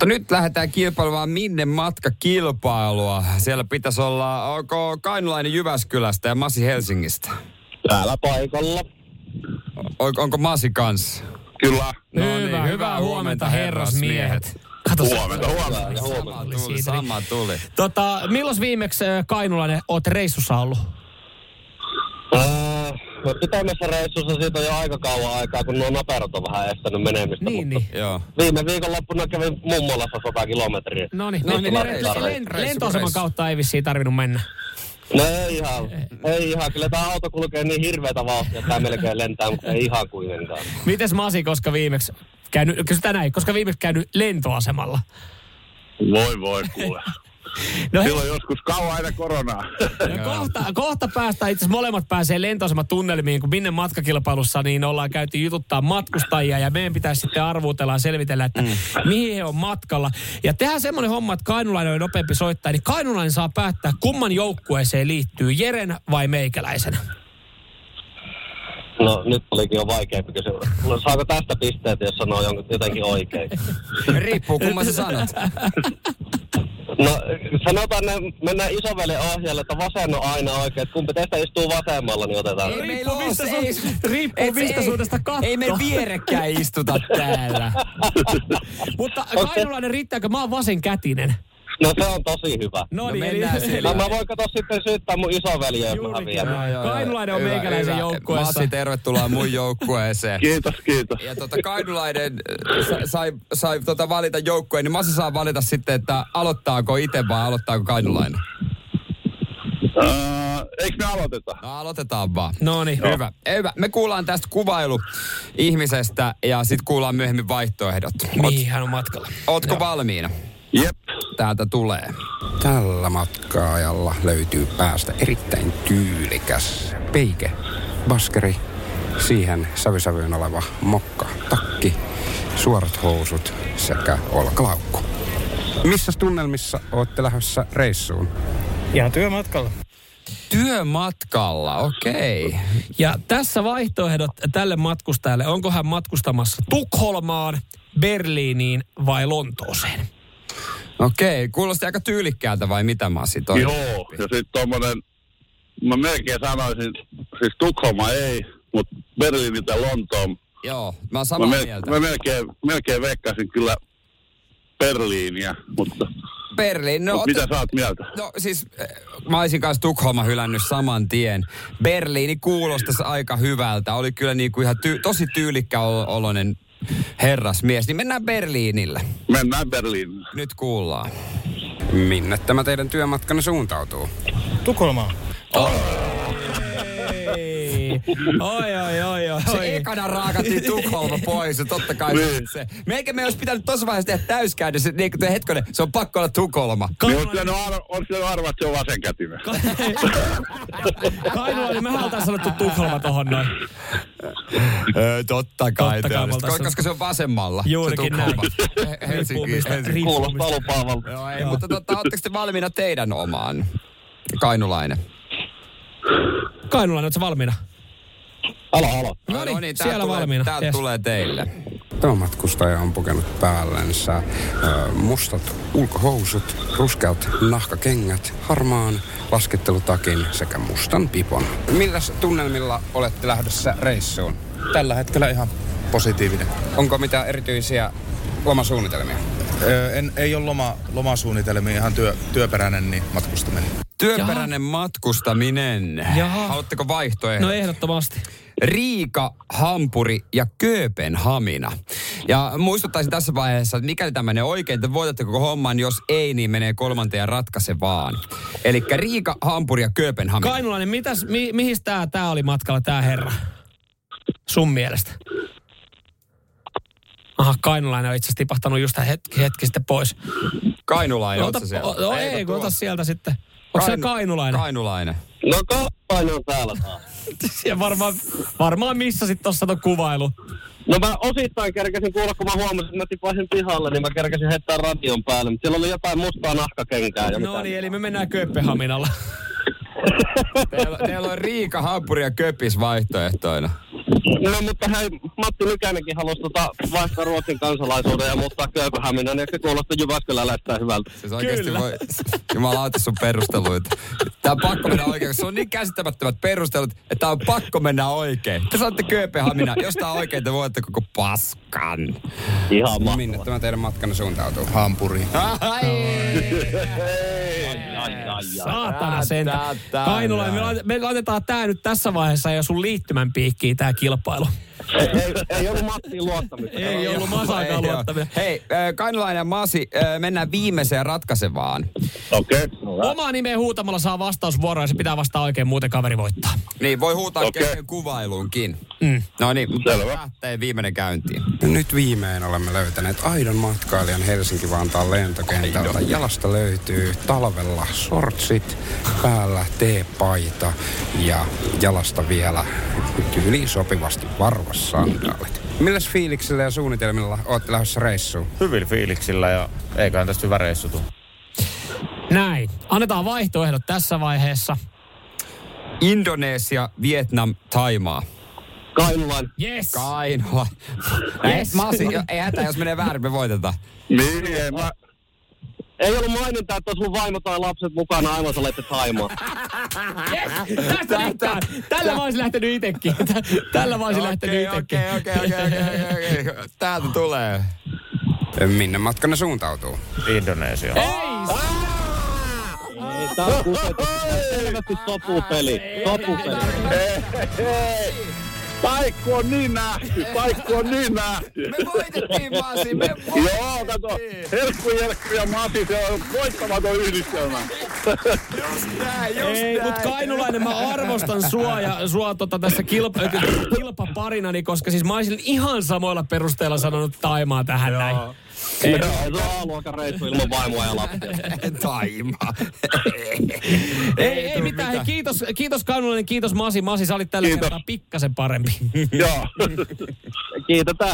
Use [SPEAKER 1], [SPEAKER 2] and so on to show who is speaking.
[SPEAKER 1] Mutta nyt lähdetään kilpailemaan minne matkakilpailua. Siellä pitäisi olla, onko Kainulainen Jyväskylästä ja Masi Helsingistä?
[SPEAKER 2] Täällä paikalla.
[SPEAKER 1] On, onko Masi kanssa?
[SPEAKER 2] Kyllä.
[SPEAKER 1] No niin, hyvää huomenta herrasmiehet.
[SPEAKER 3] Kato, sä-
[SPEAKER 2] Huomenta, huomenta.
[SPEAKER 1] Sama tuli,
[SPEAKER 3] siitä, niin.
[SPEAKER 1] sama tuli.
[SPEAKER 3] Tota, milloin viimeksi ö, Kainulainen oot reissussa ollut?
[SPEAKER 2] Äh, pitämässä reissussa siitä on jo aika kauan aikaa, kun nuo naperot on vähän estänyt menemistä.
[SPEAKER 3] Niin,
[SPEAKER 2] mutta
[SPEAKER 3] niin.
[SPEAKER 1] Joo.
[SPEAKER 2] Viime viikonloppuna kävin mummolassa 100 kilometriä.
[SPEAKER 3] No niin,
[SPEAKER 1] No niin, reissu, reissu,
[SPEAKER 3] lentoaseman
[SPEAKER 1] reissu.
[SPEAKER 3] kautta ei vissiin tarvinnut mennä.
[SPEAKER 2] No ei ihan, ei ihan. Kyllä tämä auto kulkee niin hirveätä vauhtia, että tämä melkein lentää, mutta ei ihan kuitenkaan.
[SPEAKER 3] Mites Masi, koska viimeksi käynyt, kysytään näin, koska viimeksi käynyt lentoasemalla?
[SPEAKER 4] Voi voi kuule.
[SPEAKER 3] No hei,
[SPEAKER 4] Silloin joskus kauan aina koronaa.
[SPEAKER 3] no kohta, kohta päästään, itse asiassa molemmat pääsee lentoasematunnelmiin, kun minne matkakilpailussa, niin ollaan käyty jututtaa matkustajia ja meidän pitäisi sitten arvuutella ja selvitellä, että
[SPEAKER 5] Mm.
[SPEAKER 3] mihin he on matkalla. Ja tehdään semmoinen homma, että Kainulainen on nopeampi soittaa, niin Kainulainen saa päättää, kumman joukkueeseen liittyy, Jeren vai meikäläisen.
[SPEAKER 2] No nyt olikin jo vaikeampi kysymys. No, Saako tästä pisteet, jos sanoo jonkun- jotenkin oikein?
[SPEAKER 1] Riippuu, kumman sä sanot.
[SPEAKER 2] No sanotaan, ne, mennään isovelen ohjaajalle, että vasen on aina oikein. Että kumpi teistä istuu vasemmalla, niin otetaan.
[SPEAKER 1] Ei meillä
[SPEAKER 3] Riippuu
[SPEAKER 1] ole
[SPEAKER 3] mistä,
[SPEAKER 1] se-
[SPEAKER 3] su-
[SPEAKER 1] ei-
[SPEAKER 3] riippuu
[SPEAKER 1] et-
[SPEAKER 3] mistä
[SPEAKER 1] ei-
[SPEAKER 3] suunnasta katto.
[SPEAKER 1] Ei me vierekkäin istuta täällä.
[SPEAKER 3] Mutta
[SPEAKER 2] Onko se-
[SPEAKER 3] Kainulainen riittääkö? Mä oon vasenkätinen.
[SPEAKER 2] No se on tosi hyvä.
[SPEAKER 1] No
[SPEAKER 3] niin, eli-
[SPEAKER 1] mennään sillä.
[SPEAKER 2] No mä voin kato sitten syyttää mun isoveliä, jos mä häviän.
[SPEAKER 3] Juurikin näin. Kainulainen on meikäläisen joukkueessa.
[SPEAKER 1] Masi, tervetuloa mun joukkueeseen.
[SPEAKER 4] Kiitos, kiitos.
[SPEAKER 1] Ja tota, Kainulainen äh, sa- sai, sai tota valita joukkueen, niin Masi saa valita sitten, että aloittaako itse vai aloittaako Kainulainen.
[SPEAKER 4] Äh, eikö me aloiteta?
[SPEAKER 1] No aloitetaan vaan.
[SPEAKER 3] No niin.
[SPEAKER 1] Hyvä. Hyvä. Me kuullaan tästä kuvailu ihmisestä ja sitten kuullaan myöhemmin vaihtoehdot. Oot,
[SPEAKER 3] Mihin hän on matkalla?
[SPEAKER 1] ootko valmiina?
[SPEAKER 4] Jep.
[SPEAKER 1] Täältä tulee.
[SPEAKER 6] Tällä matkaajalla löytyy päästä erittäin tyylikäs peike, baskeri, siihen sävysävyyn oleva mokka, takki, suorat housut sekä olkalaukku. Missä tunnelmissa olette lähdössä reissuun?
[SPEAKER 5] Ihan työmatkalla.
[SPEAKER 1] Työmatkalla, okei.
[SPEAKER 3] Ja tässä vaihtoehdot tälle matkustajalle. Onko hän matkustamassa Tukholmaan, Berliiniin vai Lontooseen?
[SPEAKER 1] Okei, kuulosti aika tyylikkäältä vai mitä Masi? Toi?
[SPEAKER 4] Joo. Ja sitten tommonen, mä melkein sanoisin, siis Tukholma ei, mutta Berliini tai Lontoon.
[SPEAKER 1] Joo, mä oon
[SPEAKER 4] Mä,
[SPEAKER 1] samaa
[SPEAKER 4] mel,
[SPEAKER 1] mieltä.
[SPEAKER 4] mä melkein, melkein veikkasin kyllä Berliiniä, mutta
[SPEAKER 1] Berliin, no,
[SPEAKER 4] mut
[SPEAKER 1] ot-
[SPEAKER 4] mitä sä oot mieltä?
[SPEAKER 1] No siis eh, mä olisin kanssa Tukholma hylännyt saman tien. Berliini kuulostaisi aika hyvältä. Oli kyllä niin kuin ihan ty- tosi tyylikkä ol- oloinen herrasmies. Niin mennään Berliinille.
[SPEAKER 4] Mennään Berliiniin.
[SPEAKER 1] Nyt kuullaan.
[SPEAKER 6] Minne tämä teidän työmatkanne suuntautuu?
[SPEAKER 5] Tukholmaan.
[SPEAKER 3] Ei. Oi, oi, oi, oi.
[SPEAKER 1] Se ekana raakattiin Tukholma pois ja totta kai
[SPEAKER 4] Niin.
[SPEAKER 1] se. Meikä me olisi pitänyt tuossa vaiheessa tehdä täyskäydä. Se, niin, kuin, hetkinen, se on pakko olla Tukholma.
[SPEAKER 4] Niin on syönyt arva, on syönyt arva, että se on vasenkätinen.
[SPEAKER 3] Kainulainen, me oltaisiin sanottu Tukholma tohon noin.
[SPEAKER 1] Öö, totta
[SPEAKER 3] kai
[SPEAKER 1] Totta kai
[SPEAKER 3] me oltais-
[SPEAKER 1] koska, koska se on vasemmalla.
[SPEAKER 3] Juurikin
[SPEAKER 1] se Tukholma. He- Helsinki,
[SPEAKER 3] Riippuu mistä-
[SPEAKER 1] Helsinki.
[SPEAKER 3] riippuu
[SPEAKER 2] Kuulostaa
[SPEAKER 3] mistä.
[SPEAKER 2] lupaavalta.
[SPEAKER 1] Joo, ei, mutta tota, ootteko te valmiina teidän omaan? Kainulainen.
[SPEAKER 3] Kainulainen, ootko valmiina?
[SPEAKER 2] Alo, alo.
[SPEAKER 3] No niin,
[SPEAKER 1] tää
[SPEAKER 3] siellä
[SPEAKER 1] tulee,
[SPEAKER 3] valmiina.
[SPEAKER 1] Tää
[SPEAKER 3] Yes.
[SPEAKER 1] tulee teille.
[SPEAKER 6] Tämä matkustaja on pukenut päällensä ö, mustat ulkohousut, ruskeat nahkakengät, harmaan laskettelutakin sekä mustan pipon. Millä tunnelmilla olette lähdössä reissuun?
[SPEAKER 7] Tällä hetkellä ihan positiivinen.
[SPEAKER 6] Onko mitään erityisiä lomasuunnitelmia?
[SPEAKER 7] Öö, en, ei ole loma, lomasuunnitelmia, ihan työ, työperäinen niin matkustaminen.
[SPEAKER 1] Työperäinen matkustaminen.
[SPEAKER 3] Jaha.
[SPEAKER 1] Haluatteko vaihtoehdon?
[SPEAKER 3] No ehdottomasti.
[SPEAKER 1] Riika, Hampuri ja Kööpenhamina. Ja muistuttaisin tässä vaiheessa, että mikäli tämä menee oikein, te voitatte koko homman. Jos ei, niin menee kolmanteen ja ratkaise vaan. Eli Riika, Hampuri ja Kööpenhamina.
[SPEAKER 3] Kainulainen, mitäs, mi, mihin tää, tää oli matkalla tää herra? Sun mielestä. Aha, Kainulainen on itse asiassa tipahtanut just hetki, hetki sitten pois.
[SPEAKER 1] Kainulainen,
[SPEAKER 3] Ota,
[SPEAKER 1] ootko siellä?
[SPEAKER 3] o, o, ei, kun ota sieltä sitten. Onko se
[SPEAKER 1] Kainu-
[SPEAKER 3] Kainulainen?
[SPEAKER 1] Kainulainen.
[SPEAKER 2] No kauppainen on täällä taas.
[SPEAKER 3] Ja varmaan, varmaan missä sitten tuossa on kuvailu.
[SPEAKER 2] No mä osittain kerkäsin kuulla, kun mä huomasin, että mä tipasin pihalle, niin mä kerkäsin heittää radion päälle. Mutta siellä oli jotain mustaa nahkakenkää. Ja
[SPEAKER 3] No
[SPEAKER 2] mitään.
[SPEAKER 3] niin, eli me mennään Kööpenhaminalla.
[SPEAKER 1] Teillä, teillä on Riika, Hampuri ja Köpis vaihtoehtoina.
[SPEAKER 2] No mutta hei, Matti Nykänenkin halusi tota vaihtaa Ruotsin kansalaisuuden ja muuttaa Kööpenhaminan, niin se kuulostaa Jyväskyläläistä hyvältä.
[SPEAKER 1] Siis oikeasti
[SPEAKER 3] Kyllä.
[SPEAKER 1] voi, jumalauta sun perusteluita. Tää on pakko mennä oikein, koska se on niin käsittämättömät perustelut, että tää on pakko mennä oikein. Te saatte Kööpenhamina, jos tää on oikein, te voitte koko paskan.
[SPEAKER 2] Ihan ma-
[SPEAKER 6] Minne tämä teidän matkanne suuntautuu?
[SPEAKER 7] Hampuriin.
[SPEAKER 3] Saatana sentä.
[SPEAKER 1] Tää- tää-
[SPEAKER 3] Kainulainen, me, lait- me laitetaan tää nyt tässä vaiheessa ja sun liittymän piikkiin tää kilpailu.
[SPEAKER 2] ei, ei, ei ollut Mattiin luottamista.
[SPEAKER 3] Ei ollut
[SPEAKER 1] Ei
[SPEAKER 3] masaakaan
[SPEAKER 1] oo.
[SPEAKER 3] luottaminen.
[SPEAKER 1] Hei, äh, Kainulainen ja Masi, äh, mennään viimeiseen ratkaisevaan.
[SPEAKER 4] Okei.
[SPEAKER 3] Omaa nimeä huutamalla saa vastausvuoroa ja se pitää vastaa oikein, muuten kaveri voittaa.
[SPEAKER 1] Niin, voi huutaa okay.
[SPEAKER 4] Okei.
[SPEAKER 1] kesken kuvailuunkin. Mm. No niin,
[SPEAKER 4] Selvä.
[SPEAKER 1] lähtee viimeinen käyntiin.
[SPEAKER 6] Nyt viimein olemme löytäneet aidon matkailijan Helsinki-Vantaan lentokentältä. Jalasta löytyy talvella sortsit, päällä teepaita ja jalasta vielä tyyli sopivasti varvas sandaalit. Milläs fiiliksillä ja suunnitelmilla oot lähdössä reissuun?
[SPEAKER 8] Hyvillä fiiliksillä ja eiköhän tästä hyvä reissu tuu.
[SPEAKER 3] Näin. Annetaan vaihtoehdot tässä vaiheessa.
[SPEAKER 1] Indonesia, Vietnam, Taimaa.
[SPEAKER 2] Kainulainen.
[SPEAKER 3] Yes.
[SPEAKER 1] Kainula. Yes.
[SPEAKER 3] Yes.
[SPEAKER 1] Masi, ei hätää, jos menee väärin, me voitetaan.
[SPEAKER 4] Niin, ei mä...
[SPEAKER 2] Ei ollut mainintaa, että olisi ollut vaimo tai lapset mukana, aivan sä olette Taimaa.
[SPEAKER 3] Yes. Tästä riittää. Tällä mä olisin lähtenyt itekin. Tä- Tällä mä olisin lähtenyt
[SPEAKER 1] Okei,
[SPEAKER 3] itekin.
[SPEAKER 1] okei, okei, okei, okei, okei, okei. Täältä tulee.
[SPEAKER 6] Minne matkanne suuntautuu?
[SPEAKER 8] Indonesia.
[SPEAKER 2] Ei, tää on kusetus. Tää on selvästi sopupeli. Sopupeli.
[SPEAKER 4] Paikku on niin nähty, paikku on niin nähty.
[SPEAKER 1] Me voitettiin, Masi, me
[SPEAKER 4] Joo, kato, herkku, herkku ja mati, se on voittamaton yhdistelmä.
[SPEAKER 1] voitettiin.
[SPEAKER 3] Ei, mutta Kainulainen, mä arvostan sua ja sua tota, tässä kilpa, kilpaparina, niin koska siis mä olisin ihan samoilla perusteilla sanonut Taimaa tähän Joo. näin.
[SPEAKER 2] Ei, se on A-luokan reissu ilman vaimoa ja lapsia.
[SPEAKER 1] Tá Taima.
[SPEAKER 3] Ei, ei, tá ei mitään. Hei, kiitos, kiitos Kainulainen, kiitos Masi. Masi, sä olit tällä
[SPEAKER 4] Kiitos.
[SPEAKER 3] kertaa pikkasen parempi.
[SPEAKER 4] Joo.
[SPEAKER 2] Kiitetään.